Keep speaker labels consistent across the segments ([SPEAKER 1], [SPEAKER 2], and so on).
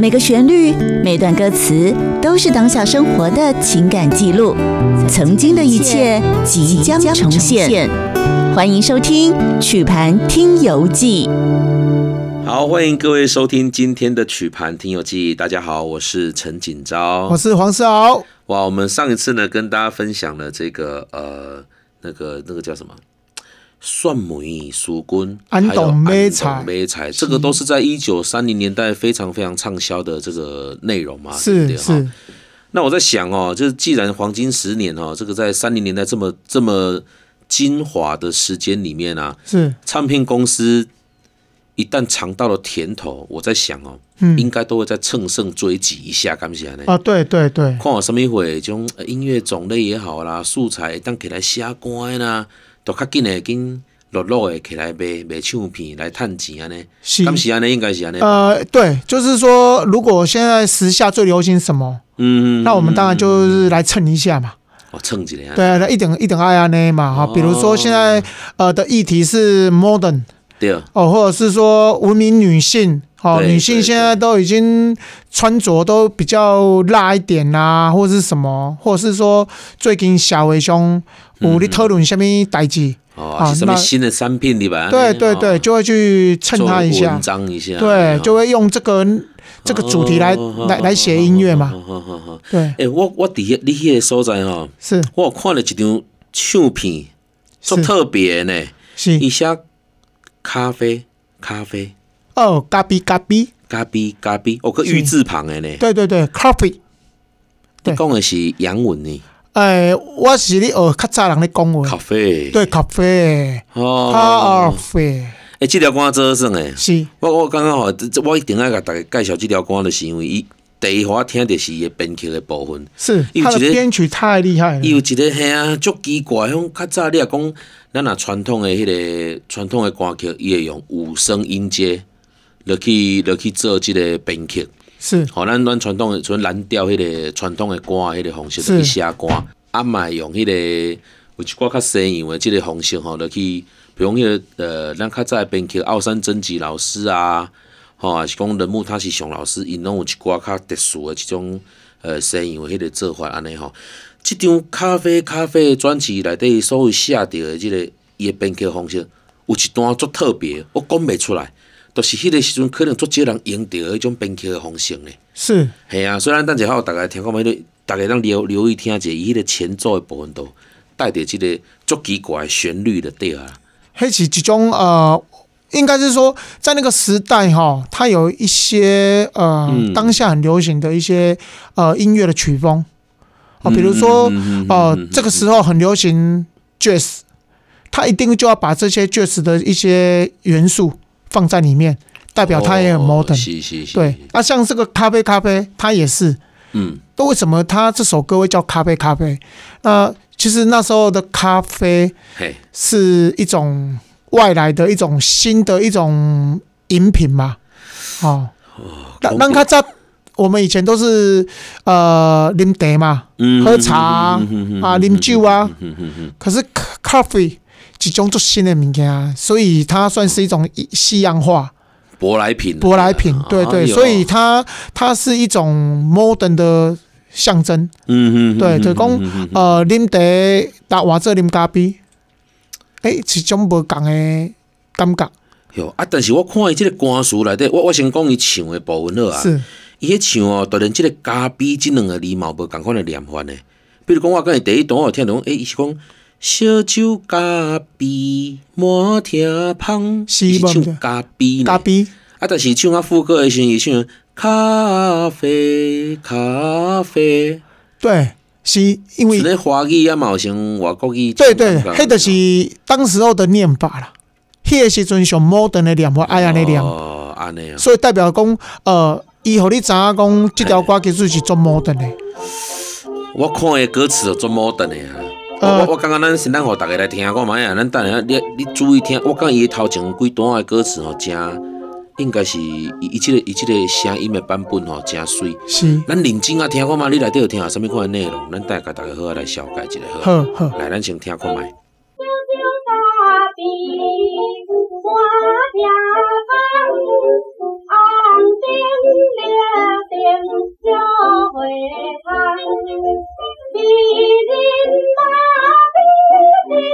[SPEAKER 1] 每个旋律、每段歌词都是当下生活的情感记录，曾经的一切即将重现。欢迎收听《曲盘听游记》。
[SPEAKER 2] 好，欢迎各位收听今天的曲盘听友记。大家好，我是陈锦昭
[SPEAKER 3] 哦我。是黄世豪，
[SPEAKER 2] 哇，我们上一次呢跟大家分享了这个呃那个那个叫什么蒜梅苏根，
[SPEAKER 3] 安董
[SPEAKER 2] 还有
[SPEAKER 3] 梅菜嗯
[SPEAKER 2] 安董梅菜，这个都是在一九三零年代非常非常畅销的这个内容嘛，对不
[SPEAKER 3] 是
[SPEAKER 2] 对
[SPEAKER 3] 是，
[SPEAKER 2] 那我在想哦，就是既然黄金十年哦，这个在三零年代这么这么精华的时间里面啊，
[SPEAKER 3] 是，
[SPEAKER 2] 唱片公司一旦尝到了甜头，我在想哦，应
[SPEAKER 3] 嗯，
[SPEAKER 2] 该都会再乘胜追击一下，敢不敢呢？
[SPEAKER 3] 啊，对对对，
[SPEAKER 2] 看有什么会，这种呃音乐种类也好啦，素材当起来写歌的啦，都较紧的紧落落的起来卖卖唱片来趁钱安尼，
[SPEAKER 3] 是，啊
[SPEAKER 2] 敢是安尼应该是安尼。
[SPEAKER 3] 呃，对，就是说，如果现在时下最流行什么，
[SPEAKER 2] 嗯，
[SPEAKER 3] 那我们当然就是来蹭一下嘛，
[SPEAKER 2] 哦蹭一下，
[SPEAKER 3] 对啊，那一点一点爱啊呢嘛，
[SPEAKER 2] 哦
[SPEAKER 3] 哈，比如说现在呃的议题是 modern
[SPEAKER 2] 对
[SPEAKER 3] 哦，或者是说无名女性。哦，
[SPEAKER 2] 对
[SPEAKER 3] 女性
[SPEAKER 2] 对
[SPEAKER 3] 现在都已经穿着都比较辣一点啦、或者是什么，或者是说最近小伟兄
[SPEAKER 2] 嗯
[SPEAKER 3] 有咧讨论什么代志，
[SPEAKER 2] 哦，
[SPEAKER 3] 好
[SPEAKER 2] 是什么
[SPEAKER 3] 那
[SPEAKER 2] 新的产品对吧？
[SPEAKER 3] 对对对，
[SPEAKER 2] 哦
[SPEAKER 3] 就会去蹭
[SPEAKER 2] 做
[SPEAKER 3] 他一下
[SPEAKER 2] 文，章一下，哦
[SPEAKER 3] 对，就
[SPEAKER 2] 会
[SPEAKER 3] 会用这个这个主题来
[SPEAKER 2] 哦
[SPEAKER 3] 来来写音乐嘛，
[SPEAKER 2] 嘛。
[SPEAKER 3] 对，
[SPEAKER 2] 哦诶，我我伫迄你迄个所在哦吼，
[SPEAKER 3] 是
[SPEAKER 2] 我有看了一张唱片，足
[SPEAKER 3] 是
[SPEAKER 2] 特别的呢，伊
[SPEAKER 3] 是
[SPEAKER 2] 写咖啡咖啡。
[SPEAKER 3] 哦，咖比咖比，
[SPEAKER 2] 咖啡咖啡，哦，个
[SPEAKER 3] 是
[SPEAKER 2] 玉字旁的呢。
[SPEAKER 3] 对对对，coffee，对
[SPEAKER 2] 你讲的是洋文呢，
[SPEAKER 3] 哎，我是咧学较早人咧讲
[SPEAKER 2] 咖
[SPEAKER 3] 话，
[SPEAKER 2] 啡。
[SPEAKER 3] 对，咖啡，咖
[SPEAKER 2] 哦，
[SPEAKER 3] 啡，
[SPEAKER 2] 诶，这条歌真好耍诶。
[SPEAKER 3] 是
[SPEAKER 2] 我我刚刚吼，这这我一定要给大家介绍这条歌，就是因为伊第一我听就是伊的编曲的部分。
[SPEAKER 3] 是，
[SPEAKER 2] 有
[SPEAKER 3] 他的
[SPEAKER 2] 一个
[SPEAKER 3] 编曲太厉害了
[SPEAKER 2] 伊，有一个吓足奇怪，凶较早你若讲，咱若传统的迄、个传统的歌曲，伊会用五声音阶落去落去做即个编曲。
[SPEAKER 3] 是
[SPEAKER 2] 吼、哦咱咱传统的像蓝调迄个传统的歌的迄个方式
[SPEAKER 3] 是
[SPEAKER 2] 去写歌，啊嘛会用迄、个有一寡较西洋的即个方式吼，落去，比如讲迄、个呃，咱较早的编曲奥山真吉老师啊，吼、还是讲人木他是熊老师，因拢有一寡较特殊的即种呃西洋的迄个做法安尼吼。即张咖啡咖啡的专辑内底所有写着的即、个伊的编曲方式，有一段足特别，我讲袂出来，就是迄个时阵可能足少人用到迄种编曲的方式呢。
[SPEAKER 3] 是
[SPEAKER 2] 系啊，虽然咱等一下有大家听看觅咧，大家当留留意听者，伊迄个前奏的部分都带着即个足奇怪的旋律的对啊。
[SPEAKER 3] 黑起几种呃，应该是说在那个时代哈，它有一些呃、
[SPEAKER 2] 嗯
[SPEAKER 3] 当下很流行的一些呃音乐的曲风啊、比如说、
[SPEAKER 2] 嗯
[SPEAKER 3] 呃这个时候很流行 jazz，它一定就要把这些 jazz 的一些元素放在里面，代表它也很
[SPEAKER 2] 哦
[SPEAKER 3] modern、
[SPEAKER 2] 是是是，
[SPEAKER 3] 对，那、像这个咖啡咖啡，它也是。
[SPEAKER 2] 嗯，
[SPEAKER 3] 那为什么它这首歌会叫咖啡咖啡？那、其实那时候的咖啡，
[SPEAKER 2] 嘿，
[SPEAKER 3] 是一种外来的一种新的一种饮品嘛，哦，让让它在我们以前都是呃啉茶嘛，
[SPEAKER 2] 嗯
[SPEAKER 3] 喝茶啊啊啉酒啊，
[SPEAKER 2] 嗯嗯嗯，
[SPEAKER 3] 可是 c- coffee 一种做新的物件，啊所以它算是一种西洋化
[SPEAKER 2] 舶来品，
[SPEAKER 3] 舶来品，对
[SPEAKER 2] 哎
[SPEAKER 3] 对，
[SPEAKER 2] 呦
[SPEAKER 3] 所以它它是一种 modern 的象征，
[SPEAKER 2] 嗯嗯，
[SPEAKER 3] 对，就讲
[SPEAKER 2] 嗯嗯嗯
[SPEAKER 3] 呃啉茶，搭换做啉咖啡，诶，一种无共的感觉。
[SPEAKER 2] 哟啊，但是我看伊即个歌词内底，我我先讲伊唱的部分好啊。
[SPEAKER 3] 是
[SPEAKER 2] 伊迄唱哦，当然即个咖啡即两个字嘛有无共款的念法呢。比如讲，我讲伊第一段我有听到讲，诶、伊是讲烧酒咖啡满天芳，
[SPEAKER 3] 是
[SPEAKER 2] 伊是
[SPEAKER 3] 无毋对
[SPEAKER 2] 唱咖啡呢。
[SPEAKER 3] 咖啡，
[SPEAKER 2] 啊，但是唱啊副歌的时候，伊唱咖啡咖啡，
[SPEAKER 3] 对，是因
[SPEAKER 2] 是
[SPEAKER 3] 为
[SPEAKER 2] 咧华语啊，嘛有像外国语。哦
[SPEAKER 3] 对对，迄著是当时候的念法啦。迄个时阵上 modern 的念法，爱安尼念，
[SPEAKER 2] 哦，安尼啊，
[SPEAKER 3] 所以代表讲，呃，伊互你知影讲，即条歌其实是做 modern 的。
[SPEAKER 2] 我看的歌词就做 modern 的啊。我
[SPEAKER 3] 呃
[SPEAKER 2] 我我感觉咱先咱互逐个来听看卖啊，咱等下你你注意听，我感觉伊的头前几段的歌词吼，真应该是伊伊即个伊即个声音的版本吼，真水。
[SPEAKER 3] 是，
[SPEAKER 2] 咱认真啊听看卖，你内底有听下什物款的内容，咱等下甲逐个好好来小解一下好
[SPEAKER 3] 好
[SPEAKER 2] 啊。
[SPEAKER 3] 好，
[SPEAKER 2] 来，咱先听看卖。
[SPEAKER 4] 酒大杯，花家房，红灯绿小花香，一人把杯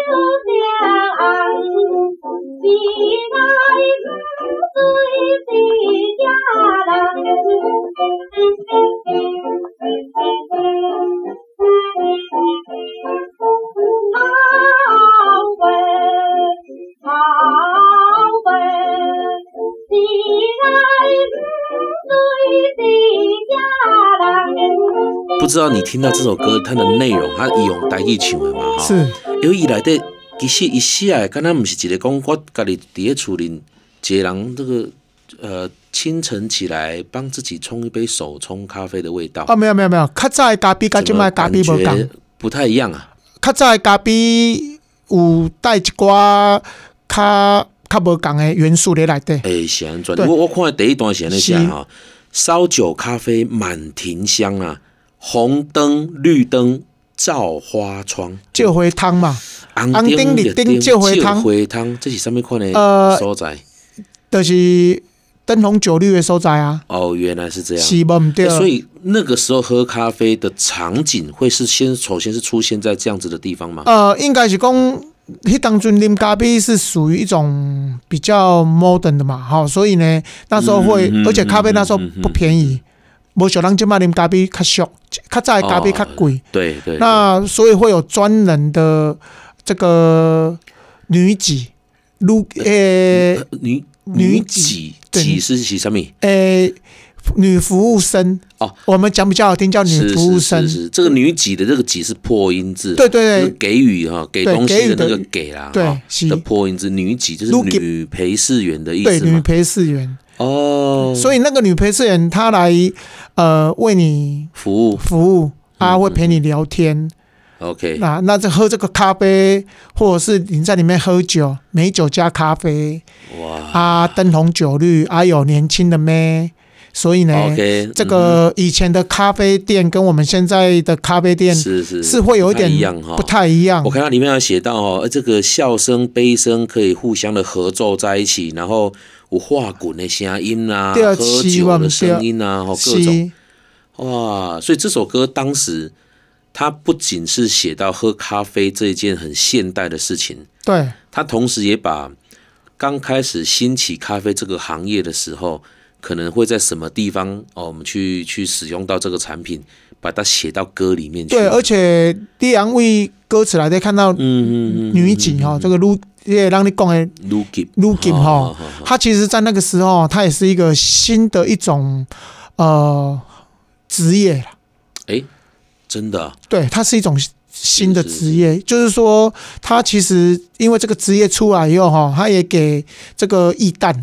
[SPEAKER 4] 酒相红，时来不随一家人。好味，好味，时来不随一家人。
[SPEAKER 2] 不知道你听到这首歌它的内容，它伊用台语唱的嘛吼。
[SPEAKER 3] 是
[SPEAKER 2] 因为伊内底其实伊写的，敢若毋是一个讲我家己伫咧厝里一个人这个呃清晨起来帮自己冲一杯手冲咖啡的味道，
[SPEAKER 3] 啊，没有没有没有，较早的咖啡甲即
[SPEAKER 2] 怎
[SPEAKER 3] 摆
[SPEAKER 2] 么
[SPEAKER 3] 咖
[SPEAKER 2] 感
[SPEAKER 3] 啡无
[SPEAKER 2] 觉
[SPEAKER 3] 共，
[SPEAKER 2] 不太一样啊？
[SPEAKER 3] 较早的咖啡有带一寡较较无共的元素咧内底，
[SPEAKER 2] 诶、哎是安怎？
[SPEAKER 3] 对
[SPEAKER 2] 我我看第一段是安尼写
[SPEAKER 3] 是
[SPEAKER 2] 吼，烧酒咖啡满庭香啊，红灯绿灯照花窗，
[SPEAKER 3] 借花汤嘛，
[SPEAKER 2] 红
[SPEAKER 3] 红灯绿灯
[SPEAKER 2] 照
[SPEAKER 3] 照花窗
[SPEAKER 2] 花窗，这是啥物款的
[SPEAKER 3] 呃
[SPEAKER 2] 所在？
[SPEAKER 3] 就是灯红酒绿的所在啊，
[SPEAKER 2] 哦，原来是这样。
[SPEAKER 3] 是无毋对啊
[SPEAKER 2] 欸。所以那个时候喝咖啡的场景会是先首先是出现在这样子的地方吗？
[SPEAKER 3] 呃，应该是讲，迄当阵啉咖啡是属于一种比较 modern 的嘛，好，所以呢，那时候会，
[SPEAKER 2] 嗯嗯嗯
[SPEAKER 3] 而且咖啡那时候不便宜，无像咱即摆啉咖啡较俗，较早的咖啡较贵，
[SPEAKER 2] 对对，
[SPEAKER 3] 那所以会有专人的这个女几，呃女诶
[SPEAKER 2] 对女
[SPEAKER 3] 女
[SPEAKER 2] 几
[SPEAKER 3] 对
[SPEAKER 2] 几是几上面？
[SPEAKER 3] 诶呃女服务生
[SPEAKER 2] 嗯哦，
[SPEAKER 3] 我们讲比较好听叫
[SPEAKER 2] 是
[SPEAKER 3] 女服务
[SPEAKER 2] 是
[SPEAKER 3] 生
[SPEAKER 2] 是，是，这个女几的这个几是破音字，
[SPEAKER 3] 对对对
[SPEAKER 2] 就是给予哈，给
[SPEAKER 3] 对
[SPEAKER 2] 东
[SPEAKER 3] 给
[SPEAKER 2] 西
[SPEAKER 3] 予
[SPEAKER 2] 的
[SPEAKER 3] 的
[SPEAKER 2] 那个给啦，
[SPEAKER 3] 对
[SPEAKER 2] 哈
[SPEAKER 3] 是
[SPEAKER 2] 的破音字，女几就是
[SPEAKER 3] 女几
[SPEAKER 2] 女陪侍员的意
[SPEAKER 3] 对，
[SPEAKER 2] 思
[SPEAKER 3] 女
[SPEAKER 2] 嘛。
[SPEAKER 3] 陪侍员，
[SPEAKER 2] 哦，
[SPEAKER 3] 所以那个女陪侍员她来呃为你
[SPEAKER 2] 服务
[SPEAKER 3] 服务，
[SPEAKER 2] 嗯
[SPEAKER 3] 啊，会陪你聊天。
[SPEAKER 2] OK，
[SPEAKER 3] 那那这喝这个咖啡，或者是你在里面喝酒，美酒加咖啡
[SPEAKER 2] 哇
[SPEAKER 3] 啊，灯红酒绿啊，有年轻的妹。所以呢
[SPEAKER 2] 哦 OK，
[SPEAKER 3] 这
[SPEAKER 2] 嗯
[SPEAKER 3] 个以前的咖啡店跟我们现在的咖啡
[SPEAKER 2] 嗯
[SPEAKER 3] 店
[SPEAKER 2] 是是
[SPEAKER 3] 是会有一点
[SPEAKER 2] 不太一样哈
[SPEAKER 3] 不太一样
[SPEAKER 2] 我。看到里面有写到哦，呃这个笑声、悲声可以互相的合奏在一起，然后有画滚的声音啊，
[SPEAKER 3] 对啊
[SPEAKER 2] 喝
[SPEAKER 3] 希
[SPEAKER 2] 酒
[SPEAKER 3] 望
[SPEAKER 2] 的声音啊，哦，各种
[SPEAKER 3] 是，
[SPEAKER 2] 哇！所以这首歌当时它不仅是写到喝咖啡这一件很现代的事情，
[SPEAKER 3] 对，
[SPEAKER 2] 它同时也把刚开始兴起咖啡这个行业的时候，可能会在什么地方哦，我们去去使用到这个产品，把它写到歌里面去。
[SPEAKER 3] 对，而且你昂为歌词来的看到
[SPEAKER 2] 嗯，嗯嗯嗯，
[SPEAKER 3] 女警哈、这个路也让你讲的
[SPEAKER 2] l u k i
[SPEAKER 3] l u k i 哈
[SPEAKER 2] 好好，好
[SPEAKER 3] 它其实在那个时候，它也是一个新的一种呃职业啦。
[SPEAKER 2] 哎，真的啊、
[SPEAKER 3] 对，它是一种新的
[SPEAKER 2] 是是
[SPEAKER 3] 职业，就是说，它其实因为这个职业出来以后哈，它也给这个艺旦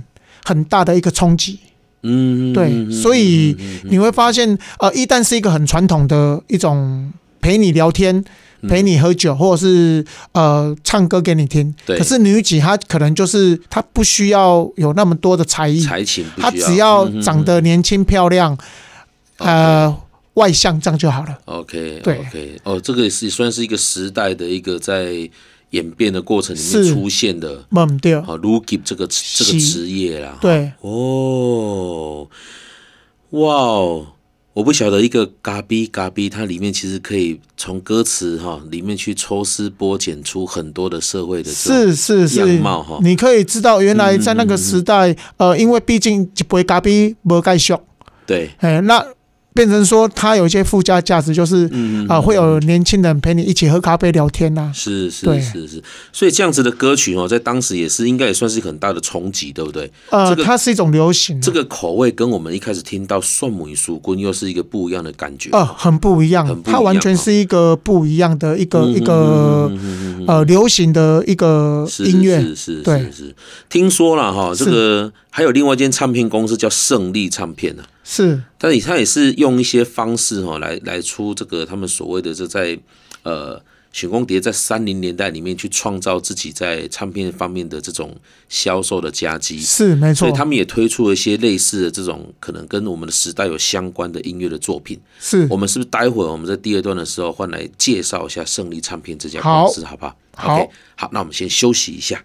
[SPEAKER 3] 很大的一个冲击。
[SPEAKER 2] 嗯，
[SPEAKER 3] 对，所以你会发现，呃，一旦是一个很传统的一种陪你聊天、
[SPEAKER 2] 嗯
[SPEAKER 3] 陪你喝酒，或者是呃唱歌给你听。
[SPEAKER 2] 对
[SPEAKER 3] 可是女几她可能就是她不需要有那么多的才艺，
[SPEAKER 2] 才情不
[SPEAKER 3] 她
[SPEAKER 2] 需嗯
[SPEAKER 3] 只要长得年轻漂亮，呃，外向这样就好了。
[SPEAKER 2] OK，
[SPEAKER 3] 对
[SPEAKER 2] OK，哦，这个也是算是一个时代的一个在演变的过程里面
[SPEAKER 3] 是
[SPEAKER 2] 出现的。
[SPEAKER 3] 嗯，对，
[SPEAKER 2] 好 l u k i 这个这个
[SPEAKER 3] 是
[SPEAKER 2] 职业啦，
[SPEAKER 3] 对，
[SPEAKER 2] 哦，哇哦！我不晓得一个嘎逼嘎逼，它里面其实可以从歌词哈、里面去抽丝剥茧出很多的社会的这种
[SPEAKER 3] 是是
[SPEAKER 2] 样
[SPEAKER 3] 是
[SPEAKER 2] 貌哈，嗯
[SPEAKER 3] 你可以知道原来在那个时代，呃，因为毕竟一杯咖啡无介俗。
[SPEAKER 2] 对，
[SPEAKER 3] 哎，那变成说它有一些附加价值，就是啊、
[SPEAKER 2] 嗯
[SPEAKER 3] 呃会有年轻人陪你一起喝咖啡聊天呐、
[SPEAKER 2] 是是
[SPEAKER 3] 对
[SPEAKER 2] 是是，所以这样子的歌曲哦，在当时也是应该也算是很大的冲击，对不对？
[SPEAKER 3] 呃，
[SPEAKER 2] 这个
[SPEAKER 3] 它是一种流行、啊，
[SPEAKER 2] 这个口味跟我们一开始听到蒜母与熟棍又是一个不一样的感觉。
[SPEAKER 3] 呃很不一样，
[SPEAKER 2] 很不一样啊
[SPEAKER 3] 它完全是一个不一样的一个、
[SPEAKER 2] 嗯
[SPEAKER 3] 一个呃流行的一个
[SPEAKER 2] 是
[SPEAKER 3] 音乐，
[SPEAKER 2] 是是
[SPEAKER 3] 对
[SPEAKER 2] 是是，听说了哈，这
[SPEAKER 3] 是
[SPEAKER 2] 个还有另外一间唱片公司叫胜利唱片呢、啊，
[SPEAKER 3] 是
[SPEAKER 2] 但是它也是用一些方式哈、来来出这个他们所谓的这在呃雪光碟在三零年代里面去创造自己在唱片方面的这种销售的佳绩。
[SPEAKER 3] 是没
[SPEAKER 2] 所
[SPEAKER 3] 错
[SPEAKER 2] 以，他们也推出了一些类似的这种可能跟我们的时代有相关的音乐的作品。
[SPEAKER 3] 是
[SPEAKER 2] 我们是不是待会儿我们在第二段的时候换来介绍一下胜利唱片这家公司，好不好
[SPEAKER 3] 好
[SPEAKER 2] o k 好，那我们先休息一下。